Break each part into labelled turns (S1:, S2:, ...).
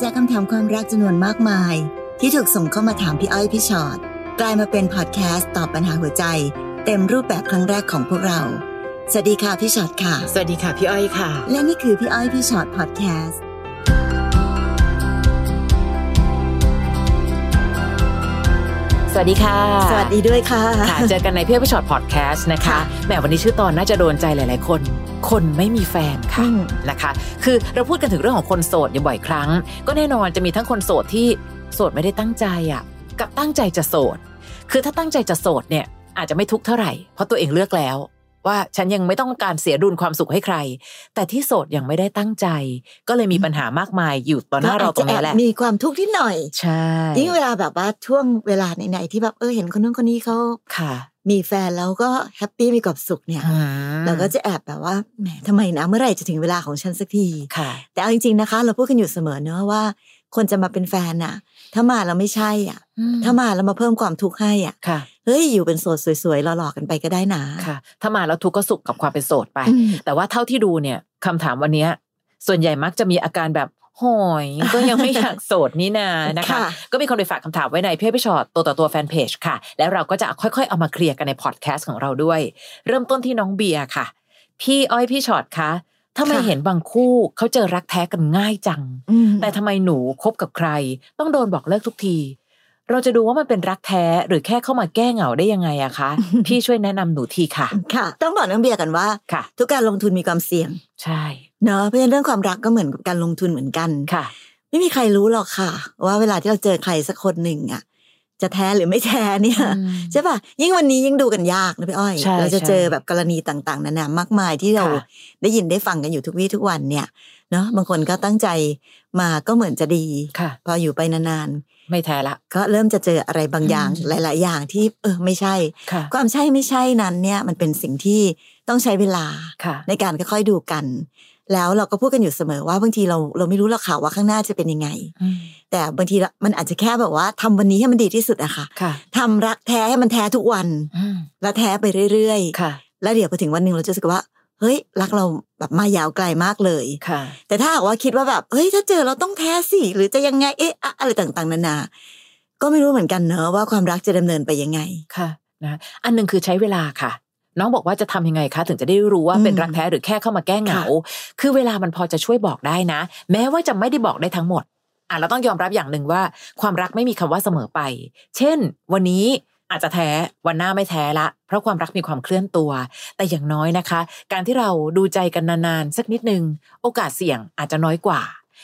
S1: จากคำถามความรักจำนวนมากมาย ที่ถูกส่งเข้ามาถามพี่อ้อยพี่ชอ็อตกลายมาเป็นพอดแคสต์ตอบปัญหาหัวใจ เต็มรูปแบบครั้งแรกของพวกเรา สวัสดีค่ะพี่ชอ็อตค่ะ
S2: สวัสดีค่ะพี่อ้อยค่ะ
S1: และนี่คือพี่อ้อยพี่ชอ็อตพอดแคสต์
S2: สวัสดีค่ะ
S1: สวัสดีด้วยค่ะ
S2: ค่ะ เจอกันในพี่อ้อยพี่ชอตพอดแคสต์นะคะ
S1: ค่ะ
S2: แหมวันนี้ชื่อตอนน่าจะโดนใจหลาย ๆ คน คนไม่มีแฟนค่ะ
S1: อืม
S2: นะคะ คือเราพูดกันถึงเรื่องของคนโสดอยู่บ่อยครั้ง ก็แน่นอนจะมีทั้งคนโสดที่โสดไม่ได้ตั้งใจอ่ะ กับตั้งใจจะโสด คือถ้าตั้งใจจะโสดเนี่ยอาจจะไม่ทุกข์เท่าไหร่ เพราะตัวเองเลือกแล้ว ว่าฉันยังไม่ต้องการเสียดุลความสุขให้ใคร แต่ที่โสดยังไม่ได้ตั้งใจ ก็เลยมีปัญหามากมายอยู่ต่อหน้าเราตรงนี้แหละ
S1: ก็อาจจะแอบมีความทุกข์นิดหน่อย
S2: ใช่
S1: ยิ่งเวลาแบบว่าช่วงเวลาไหนๆที่แบบเออเห็นคนนู้นคนนี้เขา
S2: ค่ะ
S1: มีแฟนแล้วก็แฮปปี้มีความสุขเนี่ย
S2: อืม
S1: เราก็จะแอบแบบว่าแหมทำไมนะเมื่อไหร่จะถึงเวลาของฉันสักที
S2: ค่ะ
S1: แต่เอาจริงๆนะคะ เราพูดกันอยู่เสมอเนอะว่า คนจะมาเป็นแฟนน่ะ ถ้ามาแล้วไม่ใช่อ่ะ ถ้ามาแล้วมาเพิ่มความทุกข์ให้อ่ะ
S2: ค่ะ
S1: เฮ้ยอยู่เป็นโสดสวยๆหล่อๆกันไปก็ได้นะ
S2: ค่ะ ถ้ามาแล้วทุกข์ก็สุขกับความเป็นโสดไป
S1: อืม
S2: แต่ว่าเท่าที่ดูเนี่ยคำถามวันเนี้ยส่วนใหญ่มักจะมีอาการแบบโหอยก็ยังไม่อยากโสดนี่นานะคะ
S1: ค่ะ
S2: ก็มีคนไปฝากคำถามไว้ในเพื่อพี่ชอตตัวต่อตัวแฟนเพจค่ะ แล้วเราก็จะค่อยๆ เอามาเคลียร์กันในพอดแคสต์ของเราด้วย เริ่มต้นที่น้องเบียร์ค่ะ พี่อ้อยพี่ชอตคะทำไมเห็นบางคู่เขาเจอรักแท้กันง่ายจัง
S1: อืม
S2: แต่ทำไมหนูคบกับใคร ต้องโดนบอกเลิกทุกที เราจะดูว่ามันเป็นรักแท้หรือแค่เข้ามาแก้เหงาได้ยังไงอะ คะ พี่ช่วยแนะนำหนูทีค่ะ
S1: ค่ะ ต้องบอกน้องเบียร์กันว่า
S2: ค่ะ
S1: ทุกการลงทุนมีความเสี่ยง
S2: ใช่
S1: เนอะเพราะฉะนั้นเรื่องความรักก็เหมือนกับการลงทุนเหมือนกัน
S2: ค่ะ
S1: ไม่มีใครรู้หรอกค่ะ ว่าเวลาที่เราเจอใครสักคนหนึ่งอ่ะ จะแท้หรือไม่แท้เนี่ยใช่ป่ะยิ่งวันนี้ยิ่งดูกันยากนะพี่อ้อย
S2: ใช่
S1: เราจะ
S2: ใช่
S1: เจอแบบกรณีต่างๆนานามากมายที่เรา
S2: ค่ะ
S1: ได้ยินได้ฟังกันอยู่ทุกวี่ทุกวันเนี่ยเนาะบางคนก็ตั้งใจมาก็เหมือนจะดี
S2: ค่ะ
S1: พออยู่ไปนาน
S2: ไม่แท้ละ
S1: ๆก็เริ่มจะเจออะไรบางอย่าง
S2: อืม
S1: หลาย ๆ อย่างที่เออไม่ใช่
S2: ค่ะ
S1: ความใช่ไม่ใช่นั้นเนี่ยมันเป็นสิ่งที่ต้องใช้เวลา
S2: ค่ะ
S1: ในการค่อยๆดูกัน แล้วเราก็พูดกันอยู่เสมอว่าบางทีเราเราไม่รู้หรอกค่ะว่าข้างหน้าจะเป็นยังไง แต่บางทีละมันอาจจะแค่แบบว่าทำวันนี้ให้มันดีที่สุดอะค่ะ
S2: ค่ะ
S1: ทำรักแท้ให้มันแท้ทุกวัน
S2: อืม
S1: แล้วแท้ไปเรื่อย
S2: ค่ะ
S1: ๆ แล้วเดี๋ยวพอถึงวันหนึ่งเราจะรู้สึกว่า เฮ้ย รักเราแบบมายาวไกลมากเลย
S2: ค่ะ
S1: แต่ถ้าหากว่าคิดว่าแบบเฮ้ยถ้าเจอเราต้องแท้สิหรือจะยังไงเอ๊ะอะอะไรต่างๆนานา ก็ไม่รู้เหมือนกันเนอะว่าความรักจะดำเนินไปยังไง
S2: ค่ะ นะ อันหนึงคือใช้เวลาค่ะ น้องบอกว่าจะทำยังไงคะ ถึงจะได้รู้ว่า
S1: อืม
S2: เป็นรักแท้หรือแค่เข้ามาแก้เหงา คือเวลามันพอจะช่วยบอกได้นะ แม้ว่าจะไม่ได้บอกได้ทั้งหมด อ่ะเราต้องยอมรับอย่างหนึ่งว่า ความรักไม่มีคำว่าเสมอไป เช่น วันนี้อาจจะแท้วันหน้าไม่แท้ละ เพราะความรักมีความเคลื่อนตัว แต่อย่างน้อยนะคะ การที่เราดูใจกันนานๆสักนิดนึง โอกาสเสี่ยงอาจจะน้อยกว่า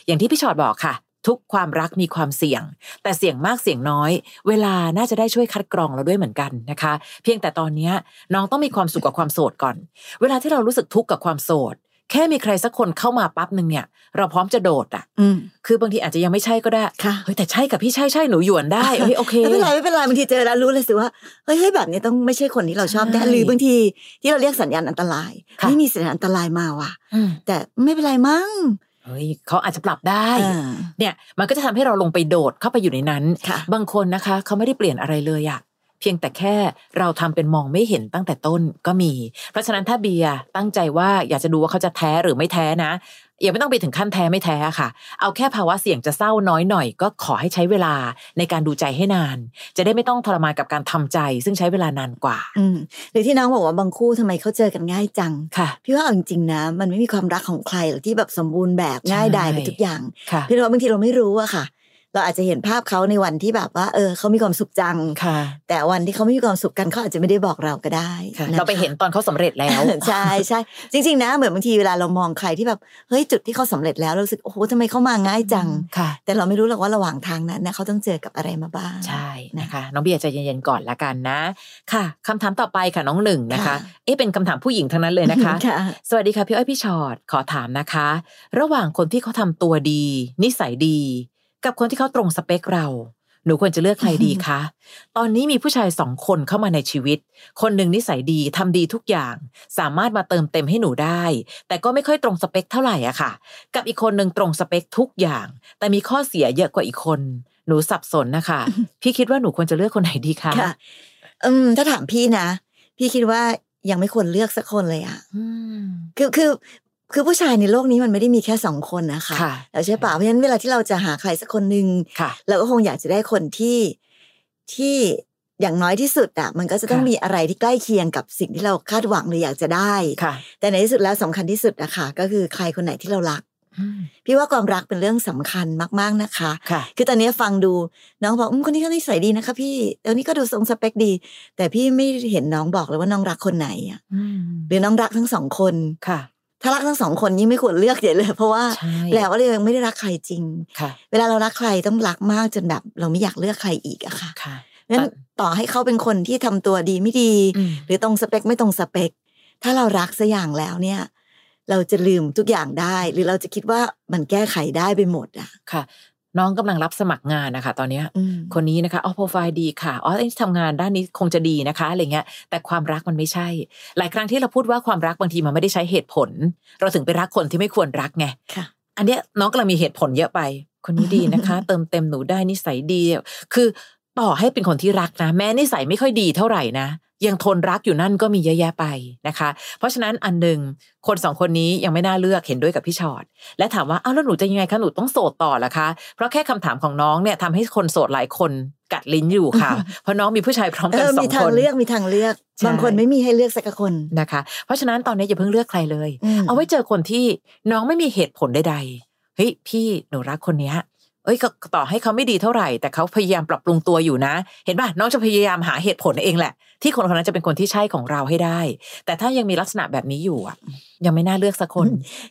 S2: อย่างที่พี่ชอดบอกค่ะ ทุกความรักมีความเสี่ยง แต่เสี่ยงมากเสี่ยงน้อย เวลาน่าจะได้ช่วยคัดกรองเราด้วยเหมือนกันนะคะ เพียงแต่ตอนเนี้ยน้องต้องมีความสุขกับความโสดก่อน เวลาที่เรารู้สึกทุกข์กับความโสด แค่มีใครสักคนเข้ามาปั๊บหนึ่งเนี่ย เราพร้อมจะโดดอ่ะ
S1: อืม
S2: คือบางทีอาจจะยังไม่ใช่ก็ได้
S1: ค่ะ
S2: เฮ้ยแต่ใช่กับพี่ใช่ใช่หนูหยวนได้เฮ้ยโอเค
S1: ไม่เป็นไรไม่เป็นไรบางทีเจอแล้วรู้เลยสิว่าเฮ้ยเฮ้ยแบบนี้ต้องไม่ใช่คนที่เราชอบแน่
S2: ใช่
S1: หรือบางทีที่เราเรียกสัญญาณอันตราย
S2: ค่ะ
S1: ไม่มีสัญญาณอันตรายมาว่ะ
S2: อืม
S1: แต่ไม่เป็นไรมั้ง
S2: เฮ้ยเขาอาจจะปรับได้
S1: เออ
S2: เนี่ย มันก็จะทำให้เราลงไปโดดเข้าไปอยู่ในนั้น
S1: ค่ะ
S2: บางคนนะคะเขาไม่ได้เปลี่ยนอะไรเลยอะเพียงแต่แค่เราทำเป็นมองไม่เห็นตั้งแต่ต้นก็มี เพราะฉะนั้นถ้าเบียร์ตั้งใจว่าอยากจะดูว่าเขาจะแท้หรือไม่แท้นะอย่าไม่ต้องไปถึงขั้นแท้ไม่แท้อะค่ะ เอาแค่ภาวะเสี่ยงจะเศร้าน้อยหน่อย ก็ขอให้ใช้เวลาในการดูใจให้นาน จะได้ไม่ต้องทรมานกับการทำใจ ซึ่งใช้เวลานานกว่า
S1: อืมหรือที่น้องบอกว่าบางคู่ทำไมเขาเจอกันง่ายจัง
S2: ค่ะ
S1: พี่ว่าเอาจริงๆนะ มันไม่มีความรักของใครหรอกที่แบบสมบูรณ์แบบง่าย
S2: ใช่
S1: ดายไปทุกอย่าง
S2: ค่ะ
S1: พี่ว่าบางทีเราไม่รู้อะค่ะ เราอาจจะเห็นภาพเขาในวันที่แบบว่า เออเขามีความสุขจัง
S2: ค่ะ
S1: แต่วันที่เขาไม่มีความสุขกันเขาอาจจะไม่ได้บอกเราก็ได้
S2: ค่ะ
S1: ะ
S2: เราไป
S1: คะ
S2: เห็นตอนเขาสำเร็จแล้ว
S1: ใช่ใช่จริง ๆ นะ เหมือนบางทีเวลาเรามองใครที่แบบเฮ้ยจุดที่เขาสำเร็จแล้วเรารู้สึกโอ้โหทำไมเขามาง่ายจัง
S2: ค่ะ
S1: แต่เราไม่รู้หรอกว่าระหว่างทางนั้นนะเขาต้องเจอกับอะไรมาบ้าง
S2: ใช่นะคะ น้องเบียร์ใจเย็นๆก่อนละกันนะ ค่ะคำถามต่อไปค่ะน้องหนึ่งนะคะ
S1: ค่ะ
S2: เอ๊ะเป็นคำถามผู้หญิงทั้งนั้นเลยนะคะ
S1: ค่ะ
S2: สวัสดีค่ะพี่อ้อยพี่ชอดขอถามนะคะ ระหว่างคนที่เขาทำตัวดี นิสัยดี กับคนที่เขาตรงสเปคเรา หนูควรจะเลือกใครดีคะ ตอนนี้มีผู้ชายสองคนเข้ามาในชีวิต คนหนึ่งนิสัยดีทำดีทุกอย่าง สามารถมาเติมเต็มให้หนูได้ แต่ก็ไม่ค่อยตรงสเปคเท่าไหร่อะค่ะ กับอีกคนหนึ่งตรงสเปคทุกอย่าง แต่มีข้อเสียเยอะกว่าอีกคน หนูสับสนนะคะ พี่คิดว่าหนูควรจะเลือกคนไหนดีคะ
S1: ค่ะ อืมถ้าถามพี่นะ พี่คิดว่ายังไม่ควรเลือกสักคนเลยอะ
S2: อืม
S1: คือคือ คือผู้ชายในโลกนี้มันไม่ได้มีแค่สองคนนะคะ
S2: ค่ะ
S1: แล้วใช่ป่ะเพราะฉะนั้นเวลาที่เราจะหาใครสักคนหนึ่ง
S2: ค่ะ
S1: เราก็คงอยากจะได้คนที่ที่อย่างน้อยที่สุดอะมันก็จะต้อง
S2: ค่ะ
S1: มีอะไรที่ใกล้เคียงกับสิ่งที่เราคาดหวังหรืออยากจะได้
S2: ค่ะ
S1: แต่ในที่สุดแล้วสำคัญที่สุดนะคะก็คือใครคนไหนที่เรารัก
S2: อืม
S1: พี่ว่าความรักเป็นเรื่องสำคัญมาก ๆนะคะ
S2: ค่ะ
S1: คือตอนนี้ฟังดูน้องบอกอืมคนนี้ก็นิสัยดีนะคะ พี่แล้วนี่ก็ดูทรงสเปคดี แต่พี่ไม่เห็นน้องบอกเลยว่าน้องรักคนไหนอะ
S2: อืม
S1: หรือน้องรักทั้งสองคน
S2: ค่ะ
S1: ถ้ารักทั้งสองคนยิ่งไม่ควรเลือกเดี๋ยวเลย เพราะว่า
S2: ใช่
S1: แปลว่าเรายังไม่ได้รักใครจริง
S2: ค่ะ
S1: เวลาเรารักใครต้องรักมากจนแบบ เราไม่อยากเลือกใครอีกอะค่ะ
S2: ค่ะ
S1: งั้นต่อให้เขาเป็นคนที่ทำตัวดีไม่ดี
S2: อืม
S1: หรือตรงสเปคไม่ตรงสเปค ถ้าเรารักสักอย่างแล้วเนี่ย เราจะลืมทุกอย่างได้ หรือเราจะคิดว่ามันแก้ไขได้ไปหมดอะ
S2: ค่ะ น้องกำลังรับสมัครงานนะคะ ตอนเนี้ย
S1: อืม
S2: คนนี้นะคะอ๋อโปรไฟล์ดีค่ะอ๋อทำงานด้านนี้คงจะดีนะคะอะไรเงี้ย แต่ความรักมันไม่ใช่ หลายครั้งที่เราพูดว่าความรักบางทีมันไม่ได้ใช้เหตุผล เราถึงไปรักคนที่ไม่ควรรักไง
S1: ค่ะ
S2: อันเนี้ยน้องกำลังมีเหตุผลเยอะไป คนนี้ดีนะคะ เติมเต็มหนูได้นิสัยดี คือต่อให้เป็นคนที่รักนะ แม้นิสัยไม่ค่อยดีเท่าไหร่นะ ยังทนรักอยู่นั่นก็มีเยอะแยะไปนะคะ เพราะฉะนั้นอันหนึ่งคนสองคนนี้ยังไม่น่าเลือกเห็นด้วยกับพี่ชอด และถามว่าอ้าวแล้วหนูจะยังไงคะหนูต้องโสดต่อเหรอคะ เพราะแค่คำถามของน้องเนี่ยทำให้คนโสดหลายคนกัดลิ้นอยู่ ค่ะ เพราะน้องมีผู้ชายพร้อม
S1: เอ
S2: กัน
S1: อ
S2: สอ
S1: มี
S2: ง
S1: ทา
S2: ค
S1: ง
S2: น
S1: เลือกมีทางเลือก
S2: ใช่
S1: บางคนไม่มีให้เลือกสักคน
S2: นะคะ เพราะฉะนั้นตอนนี้อย่าเพิ่งเลือกใครเลย
S1: ม
S2: เอาไว้เจอคนที่น้องไม่มีเหตุผลใดๆเฮ้ยพี่หนูรักคนเนี้ยเอ้ยก็ต่อให้เขาไม่ดีเท่าไหร่ แต่เขาพยายามปรับปรุงตัวอยู่นะ เห็นป่ะน้องจะพยายามหาเหตุผลเองแหละ ที่คนคนนั้นจะเป็นคนที่ใช่ของเราให้ได้ แต่ถ้ายังมีลักษณะแบบนี้อยู่อะยังไม่น่าเลือกสักคน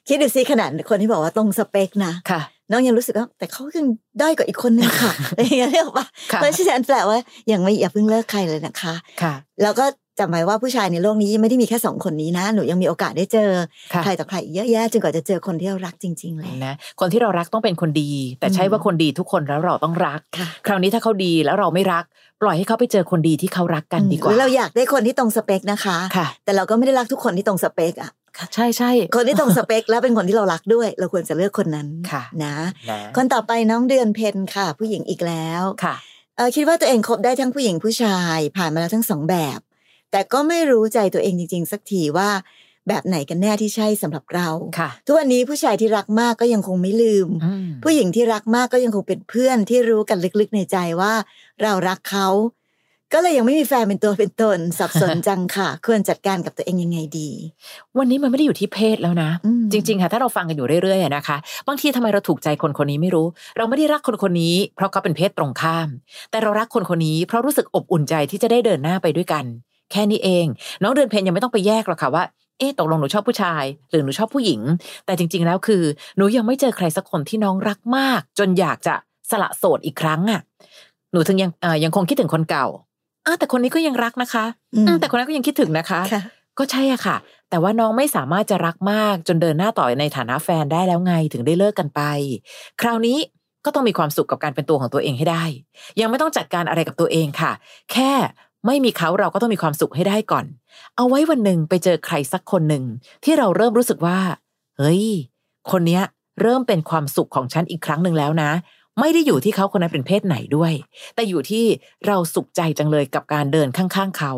S1: คิดดูสิขนาดคนที่บอกว่าตรงสเปคนะ
S2: ค่ะ
S1: น้องยังรู้สึกว่าแต่เขายังด้อยกว่าอีกคนนึงค่ะอะ ไรอย่างเงี้ยเรียกว่า
S2: ค่ะ
S1: เพราะฉะนั้นแปลว่ายังไม่อย่าเพิ่งเลิกใครเลยนะคะ
S2: ค่ะ
S1: แล้วก็จำไว้ว่าผู้ชายในโลกนี้ไม่ได้มีแค่สองคนนี้นะหนูยังมีโอกาสได้เจอ
S2: ค่ะ
S1: ใครต่อใครอีกเยอะแยะจนกว่าจะเจอคนที่เรารักจริงๆเลย
S2: นะคนที่เรารักต้องเป็นคนดี แต่ใช่
S1: อืม
S2: ว่าคนดีทุกคนแล้วเราต้องรัก
S1: ค่ะ
S2: คราวนี้ถ้าเขาดีแล้วเราไม่รัก ปล่อยให้เขาไปเจอคนดีที่เขารักกันดีก
S1: หรื
S2: ว่า
S1: อเราอยากได้คนที่ตรงสเปคนะคะ
S2: ค่ะ
S1: แต่เราก็ไม่ได้รักทุกคนที่ตรงสเปคอะ
S2: ค่ะ ใช่ใช่
S1: คนที่ตรงสเป ค และเป็นคนที่เรารักด้วย เราควรจะเลือกคนนั้น
S2: ค่ะ
S1: นะ
S2: นะ
S1: คนต่อไปน้องเดือนเพนค่ะ ผู้หญิงอีกแล้ว
S2: ค่ะ
S1: เออคิดว่าตัวเองคบได้ทั้งผู้หญิงผู้ชาย ผ่านมาแล้วทั้งสองแบบ แต่ก็ไม่รู้ใจตัวเองจริง ๆ สักทีว่า แบบไหนกันแน่ที่ใช่สำหรับเรา
S2: ค่ะ
S1: ทุกวันนี้ผู้ชายที่รักมากก็ยังคงไม่ลืม
S2: อืม
S1: ผู้หญิงที่รักมากก็ยังคงเป็นเพื่อนที่รู้กันลึกๆในใจว่า เรารักเขา ก็เลยยังไม่มีแฟนเป็นตัวเป็นตน สับสนจัง ค่ะ ควรจัดการกับตัวเองยังไงดี
S2: วันนี้มันไม่ได้อยู่ที่เพศแล้วนะ
S1: อืม
S2: จริง ๆ ค่ะ ถ้าเราฟังกันอยู่เรื่อยๆอะนะคะ บางทีทำไมเราถูกใจคนคนนี้ไม่รู้ เราไม่ได้รักคนคนนี้ เพราะเขาเป็นเพศตรงข้าม แต่เรารักคนคนนี้เพราะรู้สึกอบอุ่นใจที่จะได้เดินหน้าไปด้วยกัน แค่นี้เอง น้องเดือนเพนยังไม่ต้องไปแยกหรอกค่ะว่า เอ๊ะตกลงหนูชอบผู้ชาย หรือหนูชอบผู้หญิง แต่จริง ๆ แล้วคือ หนูยังไม่เจอใครสักคนที่น้องรักมาก จนอยากจะสละโสดอีกครั้งอ่ะ หนูถึงยังเอ่อยังคงคิดถึงคนเก่าอ้าวแต่คนนี้ก็ยังรักนะคะ
S1: อืม
S2: อืมแต่คนนั้นก็ยังคิดถึงนะคะ
S1: ค่ะ
S2: ก็ใช่อะค่ะ แต่ว่าน้องไม่สามารถจะรักมากจนเดินหน้าต่อในฐานะแฟนได้แล้วไงถึงได้เลิกกันไป คราวนี้ก็ต้องมีความสุขกับการเป็นตัวของตัวเองให้ได้ ยังไม่ต้องจัดการอะไรกับตัวเองค่ะ แค่ไม่มีเขาเราก็ต้องมีความสุขให้ได้ก่อน เอาไว้วันหนึ่งไปเจอใครสักคนหนึ่งที่เราเริ่มรู้สึกว่า เฮ้ย คนเนี้ยเริ่มเป็นความสุขของฉันอีกครั้งหนึ่งแล้วนะ ไม่ได้อยู่ที่เขาคนนั้นเป็นเพศไหนด้วย แต่อยู่ที่เราสุขใจจังเลยกับการเดินข้างๆเขา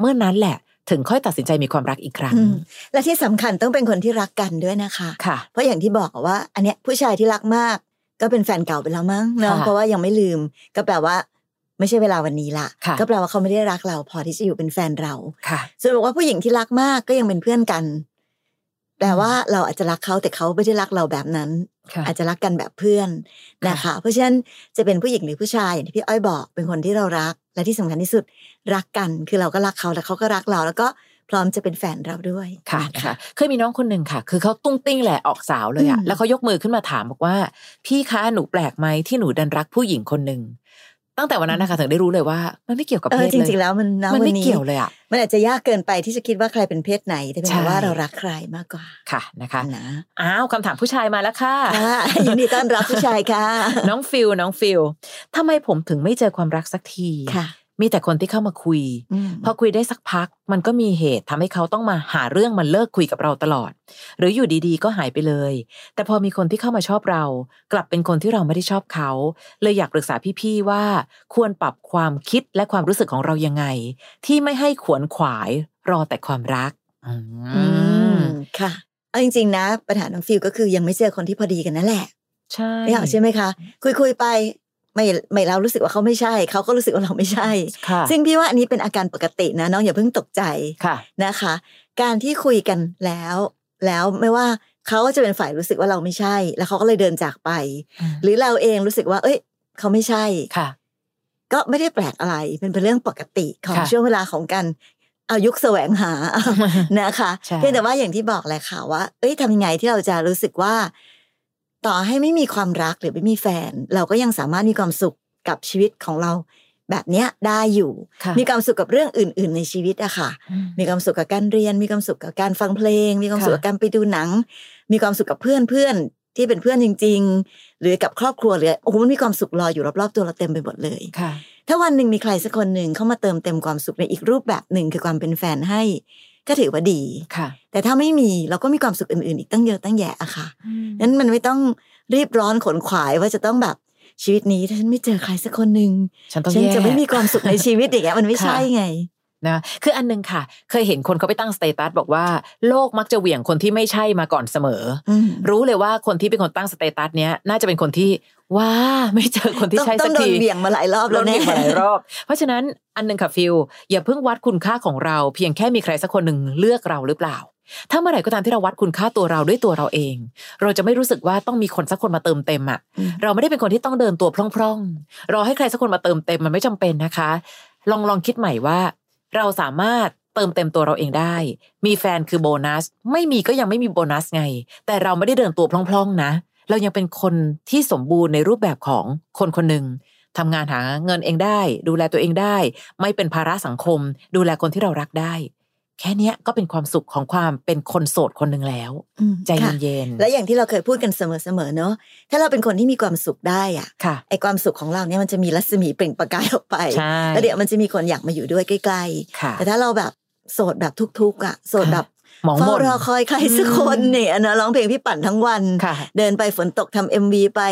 S2: เมื่อนั้นแหละถึงค่อยตัดสินใจมีความรักอีกครั้ง
S1: อืม และที่สำคัญต้องเป็นคนที่รักกันด้วยนะคะ
S2: ค่ะ
S1: เพราะอย่างที่บอกอะว่า อันเนี้ยผู้ชายที่รักมาก ก็เป็นแฟนเก่าไปแล้วมั้งเนาะ
S2: ค่ะ
S1: เพราะว่ายังไม่ลืม ก็แปลว่า ไม่ใช่เวลาวันนี้ละ
S2: ค่ะ
S1: ก็แปลว่าเขาไม่ได้รักเรา พอที่จะอยู่เป็นแฟนเรา
S2: ค่ะ
S1: ส่วนบอกว่าผู้หญิงที่รักมากก็ยังเป็นเพื่อนกัน แปลว่าเราอาจจะรักเขาแต่เขาไม่ได้รักเราแบบนั้น
S2: ค่ะ
S1: อาจจะรักกันแบบเพื่อนนะคะ เพราะฉะนั้นจะเป็นผู้หญิงหรือผู้ชายอย่างที่พี่อ้อยบอกเป็นคนที่เรารัก และที่สำคัญที่สุดรักกันคือเราก็รักเขาแล้วเขาก็รักเรา แล้วก็พร้อมจะเป็นแฟนเราด้วย
S2: ค่ะนะคะเคยมีน้องคนหนึ่งค่ะ คือเขาตุ้งติ้งแหละออกสาวเลยอะ
S1: อืม
S2: แล้วเขายกมือขึ้นมาถามบอกว่า พี่คะหนูแปลกไหมที่หนูดันรักผู้หญิงคนหนึ่งตั้งแต่วันนั้นนะคะถึงได้รู้เลยว่า มันไม่เกี่ยวกับ
S1: เอ
S2: เพ
S1: อจ
S2: ศเลย
S1: ริง ๆ แล้วมันนะ
S2: มัน
S1: วัน
S2: ไม่
S1: นี้
S2: เกี่ยวเลยอะ
S1: มันอาจจะยากเกินไปที่จะคิดว่าใครเป็นเพศไหนแต่เป็น
S2: ใช่
S1: ว่าเรารักใครมากกว่า
S2: ค่ะนะคะ
S1: นะ
S2: อ้าวคำถามผู้ชายมาแล้วค่ะ
S1: ค่ะ ยินดีต้อนรับผู้ชายค่ะ
S2: น้องฟิลน้องฟิลทำไมผมถึงไม่เจอความรักสักที
S1: ค่ะ
S2: มีแต่คนที่เข้ามาคุย
S1: ม
S2: พอคุยได้สักพัก มันก็มีเหตุทำให้เขาต้องมาหาเรื่องมาเลิกคุยกับเราตลอด หรืออยู่ดีๆ ก็หายไปเลย แต่พอมีคนที่เข้ามาชอบเรา กลับเป็นคนที่เราไม่ได้ชอบเขา เลยอยากปรึกษาพี่ๆว่า ควรปรับความคิดและความรู้สึกของเรายังไง ที่ไม่ให้ขวนขวายรอแต่ความรัก อื
S1: อื
S2: ม
S1: มค่ะ เอาจริงๆนะ ปัญหาน้องฟิลก็คือยังไม่เจอคนที่พอดีกันนั่นแหละ
S2: ใช่
S1: ไม่ออกใช่ไหมคะ คุยคุยๆไปไม่ไม่เรารู้สึกว่าเขาไม่ใช่ เขาก็รู้สึกว่าเราไม่ใช่
S2: ค่ะ
S1: ซึ่งพี่ว่าอันนี้เป็นอาการปกตินะน้องอย่าเพิ่งตกใจ
S2: ค่ะ
S1: นะคะ การที่คุยกันแล้ว แล้วไม่ว่าเขาจะเป็นฝ่ายรู้สึกว่าเราไม่ใช่ แล้วเขาก็เลยเดินจากไป หรือเราเองรู้สึกว่า เอ้ย เขาไม่ใช่
S2: ค่ะ
S1: ก็ไม่ได้แปลกอะไรเป็นเป็นเรื่องปกติของ
S2: ค่ะ
S1: ช่วงเวลาของการเอายุคแสวงหา นะคะ
S2: ใช่
S1: เพียงแต่ว่าอย่างที่บอกแหละค่ะว่า เอ้ยทำยังไงที่เราจะรู้สึกว่า ต่อให้ไม่มีความรักหรือไม่มีแฟน เราก็ยังสามารถมีความสุขกับชีวิตของเรา แบบเนี้ยได้อยู่
S2: ค่ะ
S1: มีความสุขกับเรื่องอื่น ๆ ในชีวิตอะค่ะ
S2: อืม
S1: มีความสุขกับการเรียน มีความสุขกับการฟังเพลง มีความสุขกับการไปดูหนัง มีความสุขกับเพื่อนเพื่อนๆที่เป็นเพื่อนจริง ๆ หรือกับครอบครัวหรือโอ้โหมันมีความสุขรออยู่รอบๆตัวเราเต็มไปหมดเลย
S2: ค่ะ
S1: ถ้าวันหนึ่งมีใครสักคนหนึ่งเข้ามาเติมเต็มความสุขในอีกรูปแบบหนึ่งคือความเป็นแฟนให้ ก็ถือว่าดี
S2: ค่ะ
S1: แต่ถ้าไม่มีเราก็มีความสุขอื่นๆ อีกตั้งเยอะตั้งแยะอะค่ะนั้นมันไม่ต้องรีบร้อนขนขวายว่าจะต้องแบบชีวิตนี้ถ้าฉันไม่เจอใครสักคนหนึ่ง
S2: ฉันต้อง
S1: ฉัน
S2: แย่
S1: จะไม่มีความสุขในชีวิตอย่างเงี้ยมันไม่ใช่ไง
S2: นะคืออันหนึงค่ะ เคยเห็นคนเขาไปตั้งสเตตัสบอกว่าโลกมักจะเหวี่ยงคนที่ไม่ใช่มาก่อนเสมอ
S1: อืม
S2: รู้เลยว่าคนที่เป็นคนตั้งสเตตัสเนี้ยน่าจะเป็นคนที่ว้าไม่เจอคนที่
S1: ต้อง
S2: ใช่
S1: ต้
S2: สั
S1: อก งโด
S2: ที
S1: นเบี่ยงมาหลายรอบ
S2: โด
S1: แล้ว
S2: น
S1: แน่
S2: เบี่ยงมาหลายรอบ เพราะฉะนั้นอันหนึงค่ะฟิลอย่าเพิ่งวัดคุณค่าของเรา เพียงแค่มีใครสักคนหนึ่งเลือกเราหรือเปล่า ถ้าเมื่อไหร่ก็ตามที่เราวัดคุณค่าตัวเราด้วยตัวเราเอง เราจะไม่รู้สึกว่าต้องมีคนสักคนมาเติมเต็มอ่ะ
S1: อืม
S2: เราไม่ได้เป็นคนที่ต้องเดินตัวพร่องๆ รอให้ใครสักคนมาเติมเต็มมันไม่จำเป็นนะคะ ลองลองคิดใหม่ว่า เราสามารถเติมเต็มตัวเราเองได้ มีแฟนคือโบนัส ไม่มีก็ยังไม่มีโบนัสไง แต่เราไม่ได้เดินตัวพร่องๆนะ เรายังเป็นคนที่สมบูรณ์ในรูปแบบของคนคนหนึ่งทำงานหาเงินเองได้ ดูแลตัวเองได้ ไม่เป็นภาระสังคม ดูแลคนที่เรารักได้ แค่เนี้ยก็เป็นความสุขของความเป็นคนโสดคนหนึ่งแล้ว
S1: อืม
S2: ใจ
S1: ค่ะ
S2: เย็น
S1: และอย่างที่เราเคยพูดกันเสมอๆเนาะถ้าเราเป็นคนที่มีความสุขได้อะ
S2: ๆค่ะ
S1: ไอความสุขของเราเนี่ยมันจะมีรัศมีเปล่งประกายออกไป
S2: ใช่
S1: แล้วเดี๋ยวมันจะมีคนอยากมาอยู่ด้วยใกล้
S2: ค่ะ
S1: ๆ แต่ถ้าเราแบบโสดแบบทุกข์ๆอ่ะโสดแบบ
S2: หมองหม
S1: เฝ้าน รอคอยใครสักคนเนี่ยนะร้องเพลงพี่ปั่นทั้งวัน
S2: ค่ะ
S1: เดินไปฝนตกทำเอ็มวีไป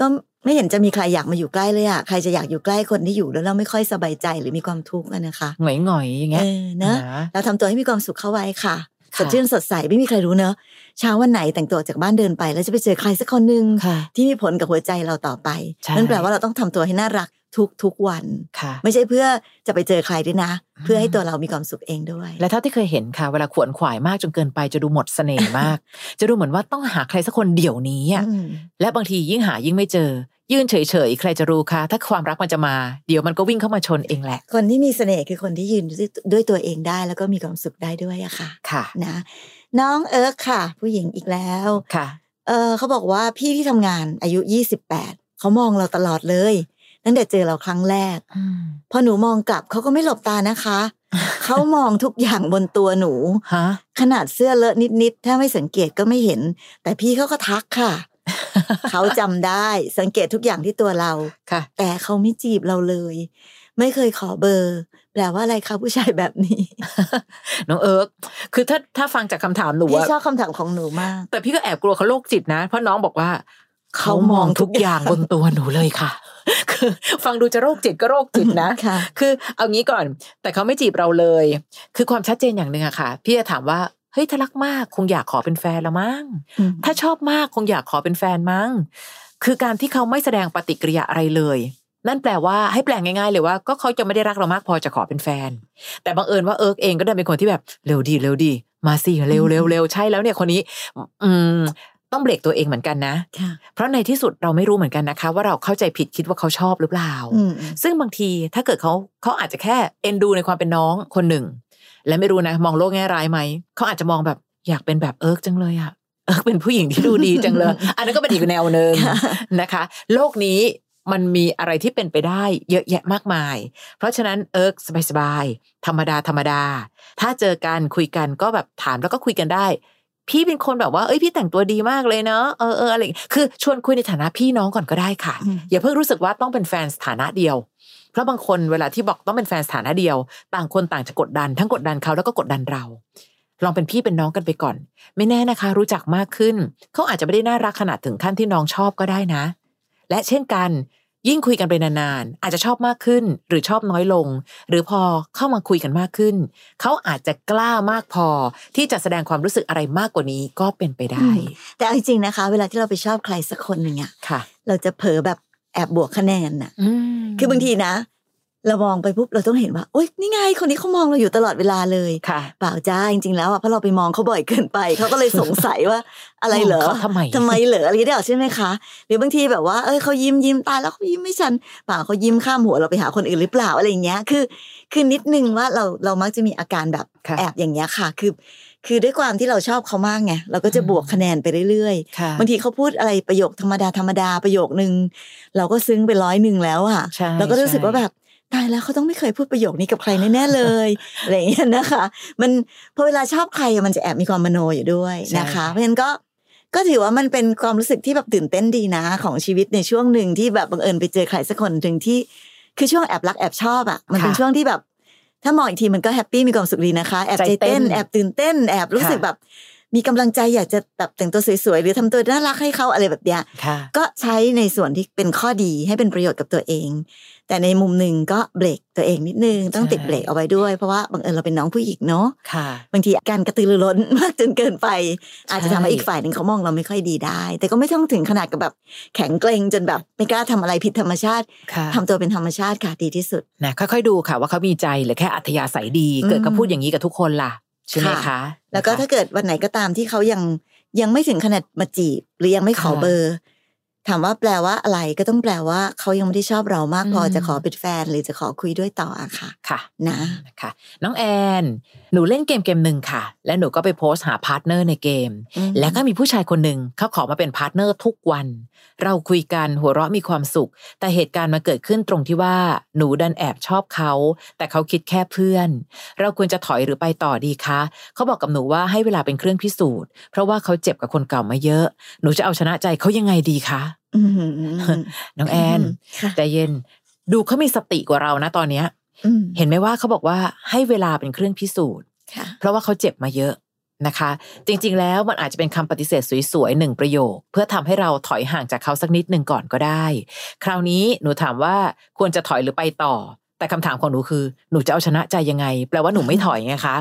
S1: ก็ไม่เห็นจะมีใครอยากมาอยู่ใกล้เลยอ่ะใครจะอยากอยู่ใกล้คนที่อยู่แล้วเราไม่ค่อยสบายใจหรือมีความทุกข์อะนะคะ
S2: หงอยหงอยๆอย่าง
S1: เอ
S2: เงี้ย
S1: อนะ
S2: นะ
S1: เราทำตัวให้มีความสุขเข้าไว้ค่ะ
S2: ค่ะ
S1: สดชื่นสดใสไม่มีใครรู้เนอะเช้าวันไหนแต่งตัวออกจากบ้านเดินไป แล้วจะไปเจอใครสักคนหนึ่ง
S2: ค่ะ
S1: ที่มีผลกับหัวใจเราต่อไป
S2: ใช่
S1: นั่นแปลว่าเราต้องทำตัวให้น่ารักทุกๆวัน
S2: ค่ะ
S1: ไม่ใช่เพื่อจะไปเจอใครด้วยนะ
S2: อืม
S1: เพื่อให้ตัวเรามีความสุขเองด้วย
S2: และเท่าที่เคยเห็นค่ะ เวลาขวนขวายมากจนเกินไปจะดูหมดเสน่ห์ม าก จะดูเหมือนว่าต้องหาใครสักคนเดี๋ยวนี้อะ
S1: อืม
S2: และบางทียิ่งหายิ่งไม่เจอ ยื่นเฉยๆ ใครจะรู้คะถ้าความรักมันจะมา เดี๋ยวมันก็วิ่งเข้ามาชนเองแหละ
S1: คนที่มีเสน่ห์คือคนที่ยืนด้วยตัวเองได้ แล้วก็มีความสุขได้ด้วยอะค่ะ
S2: ค่ะ
S1: นะน้องเอิร์กค่ะ ผู้หญิงอีกแล้ว
S2: ค่ะ
S1: เออเขาบอกว่าพี่ที่ทำงานอายุ 28 เขามองเราตลอดเลยตั้งแต่เจอเราครั้งแรก พอหนูมองกลับเขาก็ไม่หลบตานะคะ เขามองทุกอย่างบนตัวหนู
S2: ฮะ
S1: ขนาดเสื้อเลอะนิดๆ ถ้าไม่สังเกตก็ไม่เห็น แต่พี่เขาก็ทักค่ะ เขาจำได้สังเกตทุกอย่างที่ตัวเรา
S2: ค่ะ
S1: แต่เขาไม่จีบเราเลย ไม่เคยขอเบอร์ แปลว่าอะไรคะผู้ชาย แบบนี้
S2: น้องเอิร์กคือถ้าถ้าฟังจากคำถามหนู
S1: พี่
S2: อะ
S1: ชอบคำถามของหนูมาก
S2: แต่พี่ก็แอบกลัวเขาโรคจิตนะ เพราะน้องบอกว่าเขา
S1: เขา
S2: ม
S1: ม
S2: อ
S1: อง งทุ
S2: ทุก
S1: กอย่
S2: อา
S1: ย่าง ง
S2: บนตัวหนูเลยค่ะ คือฟังดูจะโรคจิตก็โรคจิตนะ
S1: ค่ะ
S2: คือเอางี้ก่อนแต่เขาไม่จีบเราเลย คือความชัดเจนอย่างหนึ่งอะค่ะ พี่จะถามว่าเฮ้ยถ้ารักมากคงอยากขอเป็นแฟนละมั้งถ้าชอบมากคงอยากขอเป็นแฟนมั้งคือการที่เขาไม่แสดงปฏิกิริยาอะไรเลย นั่นแปลว่าให้แปลง่ายๆเลยว่า ก็เขาจะไม่ได้รักเรามากพอจะขอเป็นแฟน แต่บังเอิญว่าเอิร์กเองก็ได้เป็นคนที่แบบเร็วดีเร็วดี มาสิเร็วเร็วเร็วใช่แล้วเนี่ยคนนี้ อืมต้องเบรกตัวเองเหมือนกันนะ
S1: ค่ะ
S2: เพราะในที่สุดเราไม่รู้เหมือนกันนะคะ ว่าเราเข้าใจผิดคิดว่าเขาชอบหรือเปล่า
S1: อืม
S2: ซึ่งบางทีถ้าเกิดเขาเขาอาจจะแค่เอ็นดูในความเป็นน้องคนหนึ่ง และไม่รู้นะ มองโลกแง่ร้ายไหม เขาอาจจะมองแบบอยากเป็นแบบเอิร์กจังเลยอะเอิร์กเป็นผู้หญิงที่ดูดีจัง เลย อันนั้นก็เป็นอีกแนวหนึ่ง
S1: ค่ะ
S2: นะคะ โลกนี้มันมีอะไรที่เป็นไปได้เยอะแยะมากมาย เพราะฉะนั้นเอิร์กสบายๆธรรมดาธรรมดา ถ้าเจอกันคุยกันก็แบบถามแล้วก็คุยกันได้ พี่เป็นคนแบบว่าเอ้ยพี่แต่งตัวดีมากเลยเนาะเออเอออะไรอย่างคือชวนคุยในฐานะพี่น้องก่อนก็ได้ค่ะ
S1: อืม
S2: อย่าเพิ่งรู้สึกว่าต้องเป็นแฟนสถานะเดียว เพราะบางคนเวลาที่บอกต้องเป็นแฟนสถานะเดียว ต่างคนต่างจะกดดัน ทั้งกดดันเขาแล้วก็กดดันเรา ลองเป็นพี่เป็นน้องกันไปก่อน ไม่แน่นะคะ รู้จักมากขึ้น เขาอาจจะไม่ได้น่ารักขนาดถึงขั้นที่น้องชอบก็ได้นะ และเช่นกัน ยิ่งคุยกันไปนานๆ อาจจะชอบมากขึ้น หรือชอบน้อยลง หรือพอเข้ามาคุยกันมากขึ้น เขาอาจจะกล้ามากพอที่จะแสดงความรู้สึกอะไรมากกว่านี้ก็เป็นไปได้
S1: อืม แต่เอาจริงๆนะคะ เวลาที่เราไปชอบใครสักคนหนึ่งอะ
S2: ค่ะ
S1: เราจะเผลอแบบแอบบวกคะแนนน่ะ คือบางทีนะ เรามองไปปุ๊บเราต้องเห็นว่าโอ๊ยนี่ไงคนนี้เขามองเราอยู่ตลอดเวลาเลย
S2: ค่ะ
S1: เปล่าจ้าจริงๆแล้วอ่ะเพราะเราไปมองเขาบ่อยเกินไป เขาก็เลยสงสัยว่าอะไรเหรอ
S2: ขาทำไม
S1: ทำไมเหลืออะไรได้ออกใช่ไหมคะ หรือบางทีแบบว่าเอ้ยเขายิ้มยิ้มตายแล้วเขายิ้มไม่ฉันเปล่าเขายิ้มข้ามหัวเราไปหาคนอื่นหรือเปล่าอะไรอย่างเงี้ยคือ คือนิดนึงว่าเราเรามักจะมีอาการแบบ
S2: ค่ะ
S1: แอบอย่างเงี้ยค่ะ คือ คือด้วยความที่เราชอบเขามากไงเราก็จะ
S2: อืม
S1: บวกคะแนนไปเรื่อย
S2: ค่ะ
S1: ๆบางทีเขาพูดอะไรประโยคธรรมดาธรรมดาประโยคนึงเราก็ซึ้งไปร้อยหนึ่งแล้วอะ
S2: ใช่
S1: เราก็รู้สึกว่า
S2: ใช่
S1: แบบตายแล้วเขาต้องไม่เคยพูดประโยคนี้กับใครแน่ๆ เลยอะไรอย่างเงี้ยนะคะ มันพอเวลาชอบใครอะมันจะแอบมีความมโนอยู่ด้วย
S2: ใช่
S1: นะคะ
S2: ค่ะ
S1: เพราะฉะนั้นก็ก็ถือว่ามันเป็นความรู้สึกที่แบบตื่นเต้นดีนะ ของชีวิตในช่วงหนึ่งที่แบบบังเอิญไปเจอใครสักคนหนึ่งที่คือช่วงแอบรักแอบชอบอ่ะมันเป็นช่วงที่แบบ ถ้ามองอีกทีมันก็แฮปปี้มีความสุขดีนะคะแอบใจ
S2: ใจเต้
S1: เต้น
S2: น
S1: แอบตื่นเต้นแอบรู้สึก
S2: ค่ะ
S1: แบบ มีกำลังใจอยากจะแบบแต่งตัวสวยๆหรือทำตัวน่ารักให้เขาอะไรแบบเนี้ย
S2: ค่ะ
S1: ก็ใช้ในส่วนที่เป็นข้อดีให้เป็นประโยชน์กับตัวเอง แต่ในมุมหนึ่งก็เบรกตัวเองนิดนึงต้องติด
S2: ใช่
S1: เบรกเอาไว้ด้วยเพราะว่าบังเอิญเราเป็นน้องผู้หญิงเนาะ
S2: ค่ะ
S1: บางทีการกระตือรือร้น มากจนเกินไป อาจจะทำให้
S2: ใช่
S1: อีกฝ่ายหนึ่งเขามองเราไม่ค่อยดีได้ แต่ก็ไม่ต้องถึงขนาดกับแบบแข็งเกรงจนแบบไม่กล้าทำอะไรผิดธรรมชาติ
S2: ค่ะ
S1: ทำตัวเป็นธรรมชาติค่ะดีที่สุด
S2: นะค่อยๆดูค่ะว่าเขามีใจหรือแค่อัธยาศัยดี
S1: อืม
S2: เกิดเขาพูดอย่างนี้กับทุกคนล่ะใช่ไหม
S1: ค่ะ
S2: คะ
S1: แล้วก็
S2: นะคะ
S1: ถ้าเกิดวันไหนก็ตามที่เขายังยังไม่ถึงขนาดมาจีบ หรือยังไม่ขอ
S2: ค่ะ
S1: เบอร์ ถามว่าแปลว่าอะไรก็ต้องแปลว่าเขายังไม่ได้ชอบเรามากพออ
S2: ม
S1: จะขอเป็นแฟน หรือจะขอคุยด้วยต่ออะค่ะ
S2: ค่ะ
S1: นะ
S2: นะคะน้องแอน หนูเล่นเกมเกมหนึ่งค่ะ และหนูก็ไปโพสต์หาพาร์ทเนอร์ในเกม
S1: อืม
S2: แล้วก็มีผู้ชายคนหนึ่งเขาขอมาเป็นพาร์ทเนอร์ทุกวัน เราคุยกันหัวเราะมีความสุข แต่เหตุการณ์มาเกิดขึ้นตรงที่ว่าหนูดันแอบชอบเขา แต่เขาคิดแค่เพื่อน เราควรจะถอยหรือไปต่อดีคะเขาบอกกับหนูว่าให้เวลาเป็นเครื่องพิสูจน์ เพราะว่าเขาเจ็บกับคนเก่ามาเยอะ หนูจะเอาชนะใจเขายังไงดีคะ
S1: อืมอืม
S2: น้องแอน
S1: ค่ะ
S2: ใจเย็น ดูเขามีสติกว่าเรานะตอนเนี้ย
S1: อืม
S2: เห็นไหมว่าเขาบอกว่าให้เวลาเป็นเครื่องพิสูจน์
S1: ค่ะ
S2: เพราะว่าเขาเจ็บมาเยอะนะคะ จริงๆ แล้วมันอาจจะเป็นคำปฏิเสธสวยๆหนึ่งประโยค เพื่อทำให้เราถอยห่างจากเขาสักนิดหนึ่งก่อนก็ได้ คราวนี้หนูถามว่าควรจะถอยหรือไปต่อ แต่คำถามของหนูคือ หนูจะเอาชนะใจยังไง แปลว่าหนูไม่ถอยไงคะ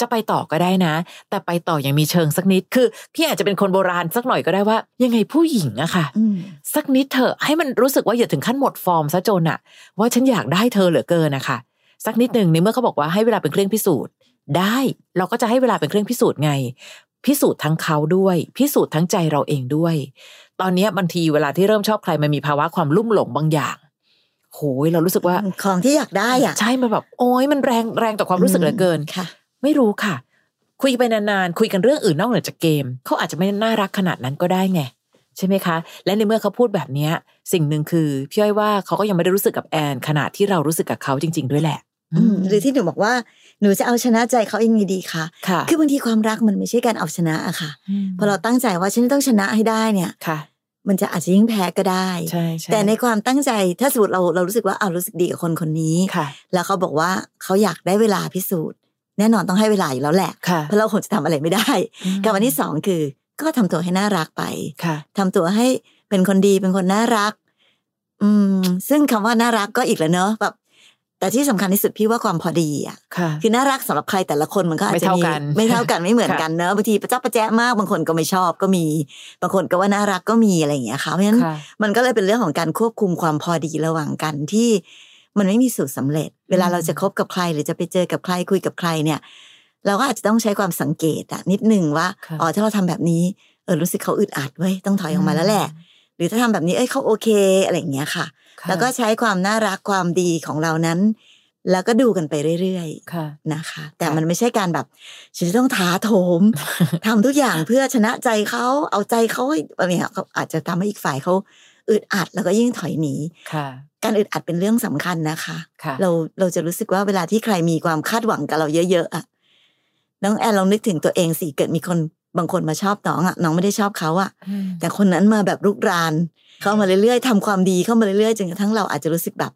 S2: จะไปต่อก็ได้นะ แต่ไปต่อยังมีเชิงสักนิดคือ พี่อาจจะเป็นคนโบราณสักหน่อยก็ได้ว่า ยังไงผู้หญิงอะค่ะ
S1: อืม
S2: สักนิดเถอะให้มันรู้สึกว่าอย่าถึงขั้นหมดฟอร์มซะจนอะว่าฉันอยากได้เธอเหลือเกินนะคะสักนิดหนึ่งในเมื่อเขาบอกว่าให้เวลาเป็นเครื่องพิสูจน์ ได้ เราก็จะให้เวลาเป็นเครื่องพิสูจน์ไง พิสูจน์ทั้งเขาด้วย พิสูจน์ทั้งใจเราเองด้วย ตอนเนี้ยบางทีเวลาที่เริ่มชอบใครมันมีภาวะความลุ่มหลงบางอย่างโหยเรารู้สึกว่า
S1: ของที่อยากได้อ่ะ
S2: ใช่มันแบบโอ้ยมันแรงแรงต่อความรู้สึกเหลือเกิน
S1: ค่ะ
S2: ไม่รู้ค่ะ คุยไปนานๆ คุยกันเรื่องอื่นนอกเหนือจากเกม เขาอาจจะไม่น่ารักขนาดนั้นก็ได้ไง ใช่ไหมคะ และในเมื่อเขาพูดแบบเนี้ย สิ่งหนึ่งคือพี่อ้อยว่าเขาก็ยังไม่ได้รู้สึกกับแอน ขนาดที่เรารู้สึกกับเขาจริง ๆ ด้วยแหละ
S1: อืมหรือที่หนูบอกว่าหนูจะเอาชนะใจเขายังไงดีคะ
S2: ค่ะ
S1: คือบางทีความรักมันไม่ใช่การเอาชนะอะค่ะ
S2: ม
S1: พอเราตั้งใจว่าฉันต้องชนะให้ได้เนี่ย
S2: ค่ะ
S1: มันจะอาจจะยิ่งแพ้ก็ได้
S2: ใช่ใช่
S1: แต่ในความตั้งใจถ้าสมมติเราเรารู้สึกว่าเอารู้สึกดีกับคนคนนี้
S2: ค่ะ
S1: แล้วเขาบอกว่าเขาอยากได้เวลาพิสูจน์ แน่นอนต้องให้เวลาอยู่แล้วแหละ
S2: ค่ะ
S1: เพราะเราคงจะทำอะไรไม่ได้ กับอันที่สองคือก็ทำตัวให้น่ารักไป
S2: ค่ะ
S1: ทำตัวให้เป็นคนดีเป็นคนน่ารัก อืม ซึ่งคำว่าน่ารักก็อีกแล้วเนอะแบบ แต่ที่สำคัญที่สุดพี่ว่าความพอดีอ่ะ
S2: ค่ะ
S1: คือน่ารักสำหรับใครแต่ละคนมันก็อาจ
S2: ไม่
S1: จะ
S2: เท่า
S1: มี
S2: กัน
S1: ไม่เท่ากันไม่เหมือนกันเนอะบางทีประเจ้าประแจ้มากบางคนก็ไม่ชอบก็มี บางคนก็ว่าน่ารักก็มีอะไรอย่างเงี้ยค่ะเพราะฉะนั้น
S2: ค่ะ
S1: มันก็เลยเป็นเรื่องของการควบคุมความพอดีระหว่างกันที่ มันไม่มีสูตรสำเร็จ เวลาเราจะคบกับใคร หรือจะไปเจอกับใครคุยกับใครเนี่ย เราก็อาจจะต้องใช้ความสังเกตอะนิดนึงว่า
S2: ค่ะ
S1: อ๋อถ้าเราทำแบบนี้เออรู้สึกเขาอึดอัดเว้ยต้องถอยออกมาแล้วแหละ หรือถ้าทำแบบนี้เอ้ยเขาโอเคอะไรอย่างเงี้ยค่ะ
S2: ค่ะ
S1: แล้วก็ใช้ความน่ารักความดีของเรานั้น แล้วก็ดูกันไปเรื่อยๆ
S2: ค่ะ
S1: นะคะ แต่
S2: ค่ะ
S1: มันไม่ใช่การแบบฉันจะต้องท้าโถ ม ทำทุกอย่างเพื่อชนะใจเขาเอาใจเขาให้แบบเนี้ยเขาอาจจะทำให้อีกฝ่ายเขาอึดอัดแล้วก็ยิ่งถอยหนี
S2: ค่ะ
S1: การอึดอัดเป็นเรื่องสำคัญนะคะ
S2: ค่ะ
S1: เราเราจะรู้สึกว่าเวลาที่ใครมีความคาดหวังกับเราเยอะๆอ่ะน้องแอนลองนึกถึงตัวเองสิเกิดมีคนบางคนมาชอบน้องอ่ะน้องไม่ได้ชอบเขาอ่ะ
S2: อืม
S1: แต่คนนั้นมาแบบรุกราน เข้ามาเรื่อยๆทำความดีเข้ามาเรื่อยๆจนกระทั่งเราอาจจะรู้สึกแบบ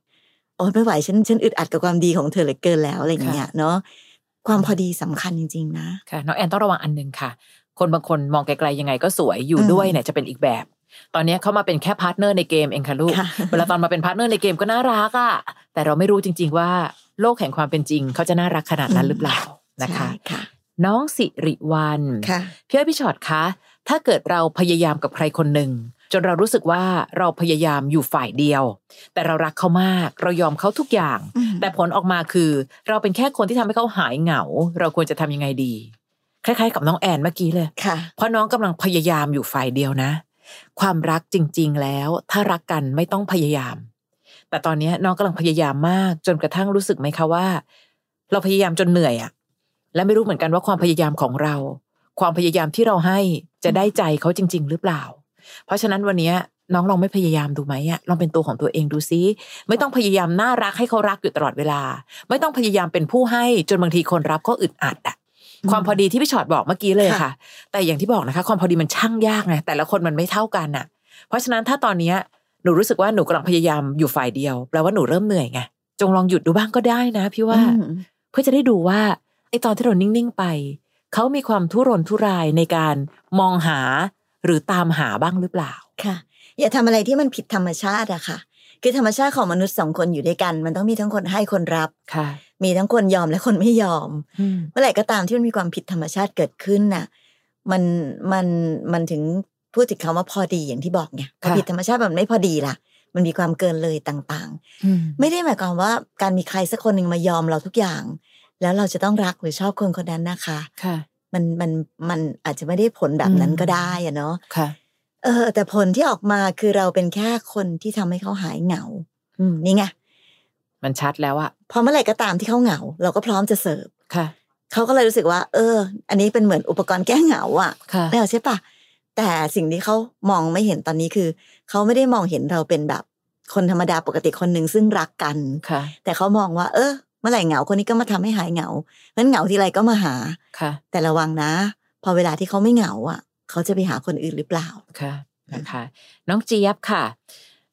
S1: โอ๊ยไม่ไหวฉันฉันอึดอัดกับความดีของเธอเหลือเกินแล้วอะไรอย่างเงี้ยเนาะความพอดีสำคัญจริง ๆ นะ
S2: ค่ะน้องแอนต้องระวังอันหนึ่งค่ะ คนบางคนมองไกลๆยังไงก็สวยอยู่
S1: อืม
S2: ด้วยเนี่ยจะเป็นอีกแบบ ตอนเนี้ยเขามาเป็นแค่พาร์ทเนอร์ในเกมเองค่ะลูก
S1: ค่ะ
S2: เวลาตอนมาเป็นพาร์ทเนอร์ในเกมก็น่ารักอะแต่เราไม่รู้จริง ๆ ว่าโลกแห่งความเป็นจริง เขาจะน่ารักขนาดนั้นหรือเปล่านะคะ
S1: ใช่ค่ะ
S2: น้องสิริวัล
S1: ค่ะ
S2: พี่อ้อยพี่ชอตคะ ถ้าเกิดเราพยายามกับใครคนหนึ่ง จนเรารู้สึกว่าเราพยายามอยู่ฝ่ายเดียว แต่เรารักเขามากเรายอมเขาทุกอย่าง
S1: อืม
S2: แต่ผลออกมาคือ เราเป็นแค่คนที่ทำให้เขาหายเหงา เราควรจะทำยังไงดี คล้าย ๆ กับน้องแอนเมื่อกี้เลย
S1: ค่ะ
S2: เพราะน้องกำลังพยายามอยู่ฝ่ายเดียวนะ ความรักจริง ๆ แล้ว ถ้ารักกันไม่ต้องพยายาม แต่ตอนเนี้ยน้องกำลังพยายามมาก จนกระทั่งรู้สึกไหมคะว่า เราพยายามจนเหนื่อยอะและไม่รู้เหมือนกันว่าความพยายามของเรา ความพยายามที่เราให้จะได้ใจเขาจริง ๆ หรือเปล่า เพราะฉะนั้นวันเนี้ยน้องลองไม่พยายามดูไหมอะลองเป็นตัวของตัวเองดูซิไม่ต้องพยายามน่ารักให้เขารักอยู่ตลอดเวลา ไม่ต้องพยายามเป็นผู้ให้จนบางทีคนรับก็อึดอัดอะ
S1: อืม
S2: ความพอดีที่พี่ชอดบอกเมื่อกี้เลยค่ะ แต่อย่างที่บอกนะคะ ความพอดีมันช่างยากไงแต่ละคนมันไม่เท่ากันน่ะ เพราะฉะนั้นถ้าตอนเนี้ยหนูรู้สึกว่าหนูกำลังพยายามอยู่ฝ่ายเดียวแปลว่าหนูเริ่มเหนื่อยไงจงลองหยุดดูบ้างก็ได้นะ พี่ว่า
S1: อืม
S2: เพื่อจะได้ดูว่าไอตอนที่เรานิ่งๆไป เขามีความทุรนทุรายในการมองหาหรือตามหาบ้างหรือเปล่า
S1: ค่ะ อย่าทำอะไรที่มันผิดธรรมชาติอะค่ะ คือธรรมชาติของมนุษย์สองคนอยู่ด้วยกัน มันต้องมีทั้งคนให้คนรับ
S2: ค่ะ
S1: มีทั้งคนยอมและคนไม่ยอม
S2: อืม
S1: เมื่อไหร่ก็ตามที่มันมีความผิดธรรมชาติเกิดขึ้นน่ะ มันมันมันถึงพูดถึงคำว่าพอดีอย่างที่บอกไงพอผิดธรรมชาติแบบไม่พอดีล่ะ มันมีความเกินเลยต่าง
S2: อืม
S1: ๆ ไม่ได้หมายความว่าการมีใครสักคนหนึ่งมายอมเราทุกอย่าง แล้วเราจะต้องรักหรือชอบคนคนนั้นนะคะ
S2: ค่ะ
S1: มันมันมันอาจจะไม่ได้ผลแบบนั้น
S2: อืม
S1: ก็ได้อะเนาะ
S2: ค่ะ
S1: เออ แต่ผลที่ออกมาคือเราเป็นแค่คนที่ทำให้เขาหายเหงา อืมนี่ไง
S2: มันชัดแล้วอะ
S1: พอเมื่อไหร่ก็ตามที่เขาเหงา เราก็พร้อมจะเสิร์ฟ
S2: ค่ะ
S1: เขาก็เลยรู้สึกว่า เออ อันนี้เป็นเหมือนอุปกรณ์แก้เหงาอะ
S2: ค่ะ
S1: แล้วใช่ปะแต่สิ่งที่เขามองไม่เห็นตอนนี้คือ เขาไม่ได้มองเห็นเราเป็นแบบคนธรรมดาปกติคนหนึ่งซึ่งรักกัน
S2: ค่ะ
S1: แต่เขามองว่า เออ เมื่อไหร่เหงาคนนี้ก็มาทำให้หายเหงานั้นเหงาทีไรก็มาหา
S2: ค่ะ
S1: แต่ระวังนะ พอเวลาที่เขาไม่เหงาอะเขาจะไปหาคนอื่นหรือเปล่า
S2: ค่ะนะคะ น้องเจี๊ยบค่ะ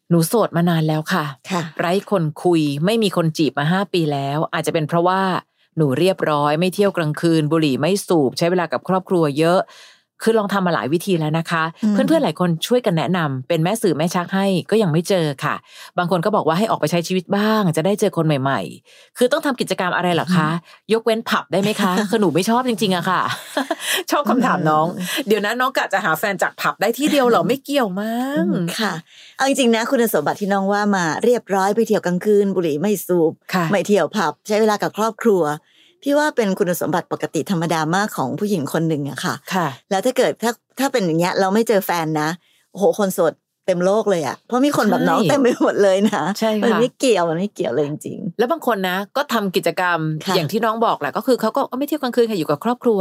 S2: หนูโสดมานานแล้วค่ะ
S1: ค่ะ
S2: ไร้คนคุยไม่มีคนจีบมาห้าปีแล้ว อาจจะเป็นเพราะว่าหนูเรียบร้อยไม่เที่ยวกลางคืน บุหรี่ไม่สูบ ใช้เวลากับครอบครัวเยอะ คือลองทำมาหลายวิธีแล้วนะคะ
S1: อืม
S2: เพื่อนๆหลายคนช่วยกันแนะนำเป็นแม่สื่อแม่ชักให้ก็ยังไม่เจอค่ะ บางคนก็บอกว่าให้ออกไปใช้ชีวิตบ้าง จะได้เจอคนใหม่ ๆ คือต้องทำกิจกรรมอะไรเหรอคะ ยกเว้นผับได้ไหมคะ คือหนูไม่ชอบจริงๆอะค่ะ ชอบคำถามน้อง เดี๋ยวนะน้องกะจะหาแฟนจากผับได้ที่เดียวเหรอไม่เกี่ยวมั้ง
S1: ค่ะเอาจริงๆนะ คุณสมบัติที่น้องว่ามาเรียบร้อยไปเที่ยวกลางคืน บุหรี่ไม่สูบ
S2: ค่ะ
S1: ไม่เที่ยวผับใช้เวลากับครอบครัว พี่ว่าเป็นคุณสมบัติปกติธรรมดามากของผู้หญิงคนหนึ่งอะค่ะ
S2: ค่ะ
S1: แล้วถ้าเกิดถ้าถ้าเป็นอย่างเงี้ยเราไม่เจอแฟนนะโอ้โหคนโสดเต็มโลกเลยอะเพราะมีคนแบบน้อง
S2: ใช่
S1: เต็มไปหมดเลยนะ
S2: ใช่ค่ะ
S1: มันไม่เกี่ยวมันไม่เกี่ยวเลยจริง
S2: แล้วบางคนนะก็ทำกิจกรรม
S1: ค่ะ
S2: อย่างที่น้องบอกแหละก็คือเขาก็ไม่เที่ยวกลางคืนค่ะอยู่กับครอบครัว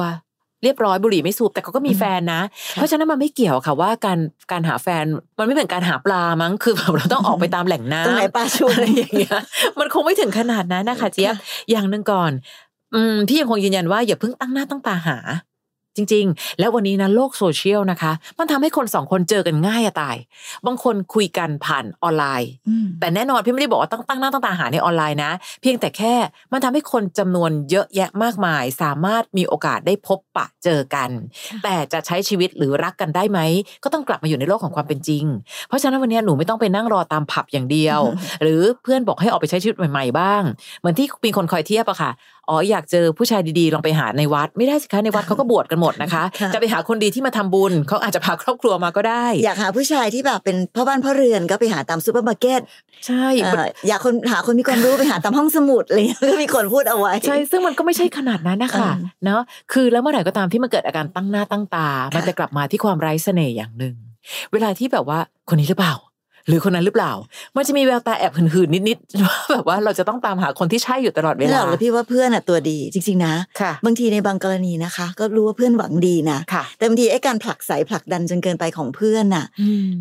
S2: เรียบร้อยบุหรี่ไม่สูบแต่เขาก็มีแฟนนะ เพราะฉะนั้นมันไม่เกี่ยวค่ะว่าการการหาแฟนมันไม่เหมือนการหาปลามั้งคือแบบเราต้องออกไปตามแหล่ง
S1: ๆตรงไหน
S2: น้ำ
S1: ปลาชุม
S2: อะไรอย่างเงี้ยมันคงไม่ถึงขนาดนั้นนะคะเจี๊ยบอย่างหนึ่งก่อนอืมพี่ยังคงยืนยันว่าอย่าเพิ่งตั้งหน้าตั้งตาหา จริง ๆ แล้ววันนี้นะโลกโซเชียลนะคะ มันทำให้คนสองคนเจอกันง่ายอะตาย บางคนคุยกันผ่านออนไลน์ แต่แน่นอนพี่ไม่ได้บอกว่าต้องตั้งหน้าตั้งตาหาในออนไลน์นะ เพียงแต่แค่มันทำให้คนจำนวนเยอะแยะมากมาย สามารถมีโอกาสได้พบปะเจอกัน แต่จะใช้ชีวิตหรือรักกันได้ไหม ก็ต้องกลับมาอยู่ในโลกของความเป็นจริง เพราะฉะนั้นวันนี้หนูไม่ต้องไปนั่งรอตามผับอย่างเดียว หรือเพื่อนบอกให้ออกไปใช้ชีวิตใหม่ๆบ้าง เหมือนที่มีคนคอยเทียบอะค่ะอ๋ออยากเจอผู้ชายดีๆ ลองไปหาในวัด ไม่ได้สิคะในวัดเขาก็บวชกันหมดนะคะ
S1: ค่ะ
S2: จะไปหาคนดีที่มาทำบุญเขาอาจจะพาครอบครัวมาก็ได้
S1: อยากหาผู้ชายที่แบบเป็นพ่อบ้านพ่อเรือนก็ไปหาตามซูเปอร์มาร์เก็ต
S2: ใช่
S1: เอ่ออยากคนหาคนมีความรู้ไปหาตามห้องสมุดอะไรอย่างเงี้ยก็มีคนพูดเอาไว้
S2: ใช่ซึ่งมันก็ไม่ใช่ขนาดนั้นนะคะ
S1: อืม
S2: เนาะคือแล้วเมื่อไหร่ก็ตามที่มันเกิดอาการตั้งหน้าตั้งตา
S1: ค่ะ
S2: มันจะกลับมาที่ความไร้เสน่ห์อย่างหนึ่ง เวลาที่แบบว่าคนนี้หรือเปล่า หรือคนนั้นหรือเปล่า มันจะมีแววตาแอบหืนๆนิดๆ ว่าแบบว่าเราจะต้องตามหาคนที่ใช่อยู่ตลอดเว
S1: ไม่หร
S2: ลา
S1: อกแล้วพี่ว่าเพื่อนอะตัวดีจริง ๆ นะ
S2: ค่ะ
S1: บางทีในบางกรณีนะคะ ก็รู้ว่าเพื่อนหวังดีนะ
S2: ค่ะ
S1: แต่บางทีไอ้การผลักไสผลักดันจนเกินไปของเพื่อนน่ะ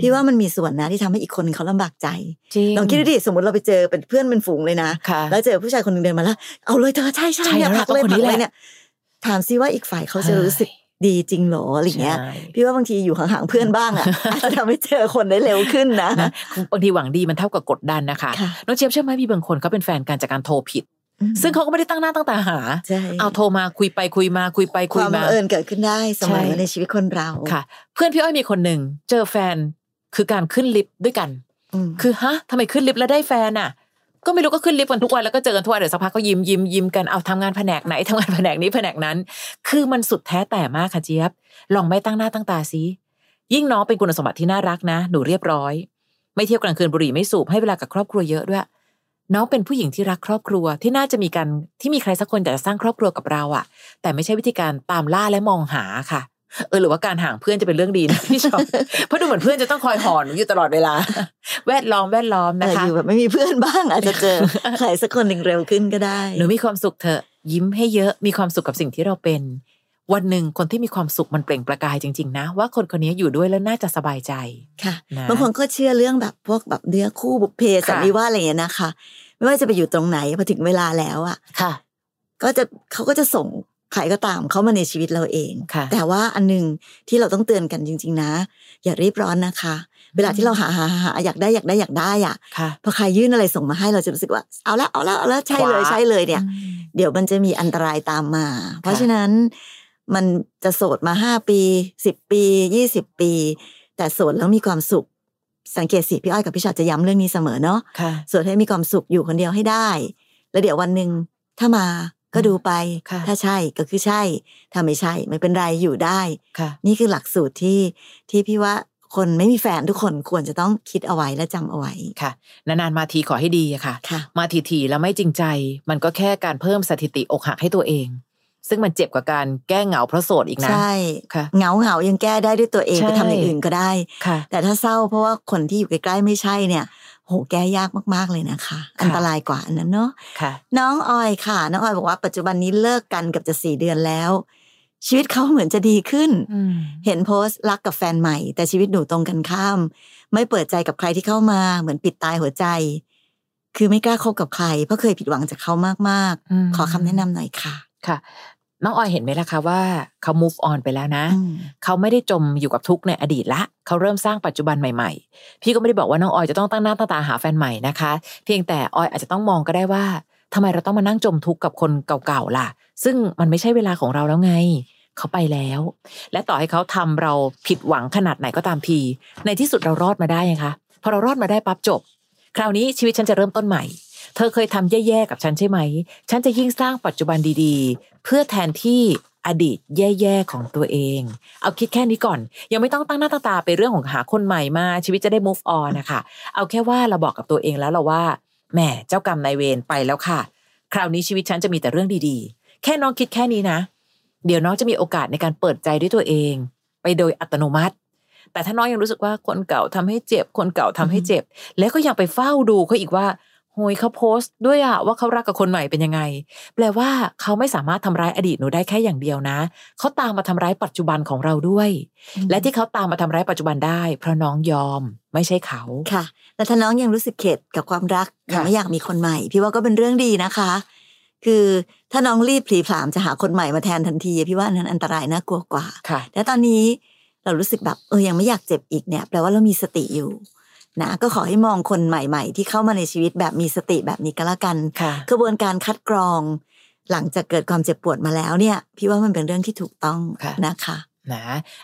S1: พี่ว่ามันมีส่วนนะที่ทำให้อีกคนหนึ่งเขาลำบากใจ
S2: จริง
S1: ลองคิดดูดิสมมติเราไปเจอเป็นเพื่อนเป็นฝูงเลยนะ
S2: ค่ะ
S1: แล้วเจอผู้ชายคนหนึ่งเดินมาแล้วเอาเลยเธอใช่ใช่
S2: ใช่
S1: เนี่ยผลักเลย
S2: เราต้องค
S1: ผ
S2: นนี้
S1: ลักเลย
S2: แหละ
S1: เนี่ยถามซิว่าอีกฝ่ายเขาจะรู้สึกดีจริงเหรออะไรอย่างเงี้ย
S2: ใช่
S1: พี่ว่าบางทีอยู่ห่างๆเพื่อนบ้างอ่ะ อาจจะทำให้เจอคนได้เร็วขึ้นนะ
S2: นะบางทีหวังดีมันเท่ากับกดดันนะคะ
S1: ค่ะ
S2: น้องเจี๊ยบเชื่อไหมมีบางคนเขาเป็นแฟนกันจากการโทรผิด ซึ่งเขาก็ไม่ได้ตั้งหน้าตั้งตาหา
S1: ใช่
S2: เอาโทรมาคุยไปคุยมาคุยไป
S1: ค
S2: คุยว
S1: ามบั
S2: มา
S1: งเอิญเกิดขึ้นได้เสมอ
S2: ใช่
S1: ในชีวิตคนเรา
S2: ค่ะ เพื่อนพี่อ้อยมีคนหนึ่งเจอแฟน คือการขึ้นลิฟต์ด้วยกัน
S1: ม
S2: คือฮะทำไมขึ้นลิฟต์แล้วได้แฟนอ่ะ ก็ไม่รู้ก็ขึ้นลิฟต์กันทุกวันแล้วก็เจอกันทุกวันเดี๋ยวสักพักก็ยิ้มยิ้มยิ้มกันเอาทำงานแผนกไหนทำงานแผนกนี้แผนกนั้น คือมันสุดแท้แต่มากค่ะเจี๊ยบ ลองไม่ตั้งหน้าตั้งตาซิยิ่งน้องเป็นคุณสมบัติที่น่ารักนะหนูเรียบร้อย ไม่เที่ยวกลางคืนบุหรี่ไม่สูบให้เวลากับครอบครัวเยอะด้วย น้องเป็นผู้หญิงที่รักครอบครัวที่น่าจะมีการที่มีใครสักคนอยากจะสร้างครอบครัวกับเราอ่ะ แต่ไม่ใช่วิธีการตามล่าและมองหาค่ะ เออหรือว่าการห่างเพื่อนจะเป็นเรื่องดีนะ พี่ชอบเพราะดูเหมือนเพื่อนจะต้องคอยหอนหนูอยู่ตลอดเวลา แวดล้อมแวดล้อมนะ
S1: เออ
S2: คะ
S1: อยู่แบบไม่มีเพื่อนบ้าง อาจจะเจอ ใครสักคนหนึ่งเร็วขึ้นก็ได้
S2: หนูมีความสุขเถอะยิ้มให้เยอะมีความสุขกับสิ่งที่เราเป็น วันหนึ่งคนที่มีความสุขมันเปล่งประกายจริง ๆ นะ ว่าคนคนนี้อยู่ด้วยแล้วน่าจะสบายใจ
S1: ค่ะ
S2: นะ
S1: บางคนก็เชื่อเรื่องแบบพวกแบบเนื้อคู่บุพเพสันนิวาสอะไรอย่างเงี้ยนะคะ ไม่ว่าจะไปอยู่ตรงไหนพอถึงเวลาแล้วอ่ะ
S2: ค่ะ
S1: ก็จะเขาก็จะส่งใครก็ตามเข้ามาในชีวิตเราเอง
S2: ค่ะ
S1: แต่ว่าอันหนึ่งที่เราต้องเตือนกันจริง ๆ นะ อย่ารีบร้อนนะคะ เวลาที่เราหาหาหาหาอยากได้อยากได้อยากได้อ่ะ
S2: ค่ะ
S1: พอใครยื่นอะไรส่งมาให้เราจะรู้สึกว่าเอาละเอาละเอาละใช่เลยใช่เลยเนี่ย
S2: อืม
S1: เดี๋ยวมันจะมีอันตรายตามมา เพราะฉะนั้นมันจะโสดมาห้าปีสิบปียี่สิบปี แต่โสดแล้วมีความสุข สังเกตสิพี่อ้อยกับพี่ชอตจะย้ำเรื่องนี้เสมอเนาะ
S2: ค่ะ
S1: โสดให้มีความสุขอยู่คนเดียวให้ได้ แล้วเดี๋ยววันหนึ่งถ้ามาก็ดูไป
S2: ค่ะ
S1: ถ้าใช่ก็คือใช่ ถ้าไม่ใช่ไม่เป็นไรอยู่ได้
S2: ค่ะ
S1: นี่คือหลักสูตรที่ที่พี่ว่าคนไม่มีแฟนทุกคนควรจะต้องคิดเอาไว้และจำเอาไว้
S2: นานๆมาทีขอให้ดีอะค่ะ
S1: ค่ะ
S2: มาทีๆแล้วไม่จริงใจ มันก็แค่การเพิ่มสถิติอกหักให้ตัวเอง ซึ่งมันเจ็บกว่าการแก้เหงาเพราะโสดอีกนะ
S1: ใช่
S2: ค่ะ
S1: เหงาเหงาๆยังแก้ได้ด้วยตัวเอง
S2: ใช่
S1: ไปทำอย่างอื่นก็ได้
S2: ค่ะ
S1: แต่ถ้าเศร้าเพราะว่าคนที่อยู่ใกล้ๆไม่ใช่เนี่ย โหแก้ยากมากๆเลยนะคะ อันตรายกว่าอันนั้นเนาะ
S2: ค่ะ
S1: น้องออยค่ะ น้องออยบอกว่าปัจจุบันนี้เลิกกันเกับจะสี่เดือนแล้ว ชีวิตเขาเหมือนจะดีขึ้น
S2: อืม
S1: เห็นโพสต์รักกับแฟนใหม่ แต่ชีวิตหนูตรงกันข้าม ไม่เปิดใจกับใครที่เข้ามา เหมือนปิดตายหัวใจ คือไม่กล้าคบกับใคร เพราะเคยผิดหวังจากเขามากๆ ขอคำแนะนำหน่อยค่ะ
S2: ค่ะ น้องออยเห็นไหมล่ะคะว่าเขา move on ไปแล้วนะ
S1: อืม
S2: เขาไม่ได้จมอยู่กับทุกข์ในอดีตละ เขาเริ่มสร้างปัจจุบันใหม่ๆ พี่ก็ไม่ได้บอกว่าน้องออยจะต้องตั้งหน้าตั้งตาหาแฟนใหม่นะคะ เพียงแต่ออยอาจจะต้องมองก็ได้ว่าทำไมเราต้องมานั่งจมทุกข์กับคนเก่าๆล่ะ ซึ่งมันไม่ใช่เวลาของเราแล้วไง เขาไปแล้ว และต่อให้เขาทำเราผิดหวังขนาดไหนก็ตามที ในที่สุดเรารอดมาได้ไงคะ พอเรารอดมาได้ปั๊บจบ คราวนี้ชีวิตฉันจะเริ่มต้นใหม่ เธอเคยทำแย่ๆกับฉันใช่ไหม ฉันจะยิ่งสร้างปัจจุบันดีๆ เพื่อแทนที่อดีตแย่ๆของตัวเอง เอาคิดแค่นี้ก่อน ยังไม่ต้องตั้งหน้าตั้งตาไปเรื่องของหาคนใหม่มา ชีวิตจะได้ move on นะคะ เอาแค่ว่าเราบอกกับตัวเองแล้วเราว่าแหมเจ้ากรรมนายเวรไปแล้วค่ะ คราวนี้ชีวิตฉันจะมีแต่เรื่องดีๆ แค่น้องคิดแค่นี้นะ เดี๋ยวน้องจะมีโอกาสในการเปิดใจด้วยตัวเอง ไปโดยอัตโนมัติ แต่ถ้าน้องยังรู้สึกว่าคนเก่าทำให้เจ็บ คนเก่าทำให้เจ็บ แล้วก็ยังไปเฝ้าดูเขาอีกว่าโหยเขาโพสต์ด้วยอะว่าเขารักกับคนใหม่เป็นยังไง แปลว่าเขาไม่สามารถทำร้ายอดีตหนูได้แค่อย่างเดียวนะ เขาตามมาทำร้ายปัจจุบันของเราด้วย และที่เขาตามมาทำร้ายปัจจุบันได้ เพราะน้องยอมไม่ใช่เขา
S1: ค่ะ แล้วถ้าน้องยังรู้สึกเข็ดกับความรักยัง
S2: ค่ะ
S1: ไม่อยากมีคนใหม่ พี่ว่าก็เป็นเรื่องดีนะคะ คือถ้าน้องรีบผลีผลามจะหาคนใหม่มาแทนทันทีพี่ว่าอันนั้นอันตรายน่ากลัวกว่า
S2: ค่ะ
S1: แล้วตอนนี้เรารู้สึกแบบเออยังไม่อยากเจ็บอีกเนี่ยแปลว่าเรามีสติอยู่นะก็ขอให้มองคนใหม่ ๆ ที่เข้ามาในชีวิตแบบมีสติแบบนี้ก็แล้วกัน
S2: ค่ะ
S1: กระบวนการคัดกรอง หลังจากเกิดความเจ็บปวดมาแล้วเนี่ย พี่ว่ามันเป็นเรื่องที่ถูกต้อง
S2: ค่ะ
S1: นะคะ
S2: นะ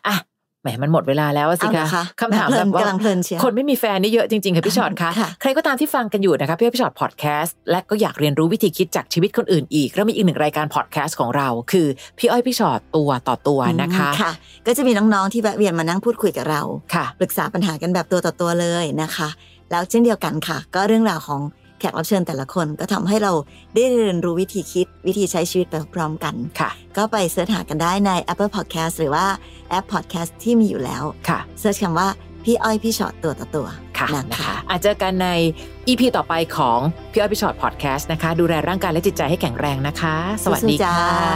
S2: อ่ะแหมมันหมดเวลาแล้วอะสิ
S1: เอาเหรอคะ
S2: คำถาม
S1: แหมเพลิ
S2: แบบว่าก
S1: นำลังเพลินเชียว
S2: คนไม่มีแฟนนี่เยอะจริงๆค่ะพี่ชอตคะ
S1: ค่ะ
S2: ใครก็ตามที่ฟังกันอยู่นะคะพี่อ้อยพี่ชอตพอดแคสต์และก็อยากเรียนรู้วิธีคิดจากชีวิตคนอื่นอีกเรามีอีกหนึ่งรายการพอดแคสต์ของเรา คือพี่อ้อยพี่ชอตตัวต่อตัวนะคะ
S1: อืมค่ะ ก็จะมีน้องๆที่แวะเวียนมานั่งพูดคุยกับเรา
S2: ค่ะ
S1: ปรึกษาปัญหากันแบบตัวต่อตัวเลยนะคะ แล้วเช่นเดียวกันค่ะ ก็เรื่องราวของแขกรับเชิญแต่ละคนก็ทำให้เราได้เรียนรู้วิธีคิดวิธีใช้ชีวิตไปพร้อมกัน
S2: ค่ะ
S1: ก็ไปเสิร์ชหากันได้ใน Apple Podcast หรือว่าแอป Podcast ที่มีอยู่แล้ว
S2: ค่ะ
S1: เสิร์ชคำว่า พี่อ้อยพี่ชอตตัวต่อตัว
S2: ค่ะ
S1: นะคะ
S2: นะคะอาจเจอกันใน EP ต่อไปของพี่อ้อยพี่ชอตพอดแคสต์นะคะ ดูแลร่างกายและจิตใจให้แข็งแรงนะคะ สวัสดี
S1: ๆจ้า
S2: ค่ะ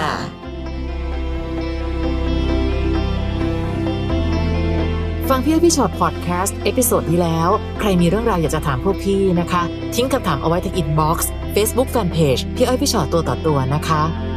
S2: ฟังพี่อ้อยพี่ชอตพอดแคสต์เอพิโซดที่แล้ว ใครมีเรื่องราวอยากจะถามพวกพี่นะคะ ทิ้งคำถามเอาไว้ที่อินบ็อกซ์เฟซบุ๊กแฟนเพจพี่อ้อยพี่ชอตตัวต่อตัวนะคะ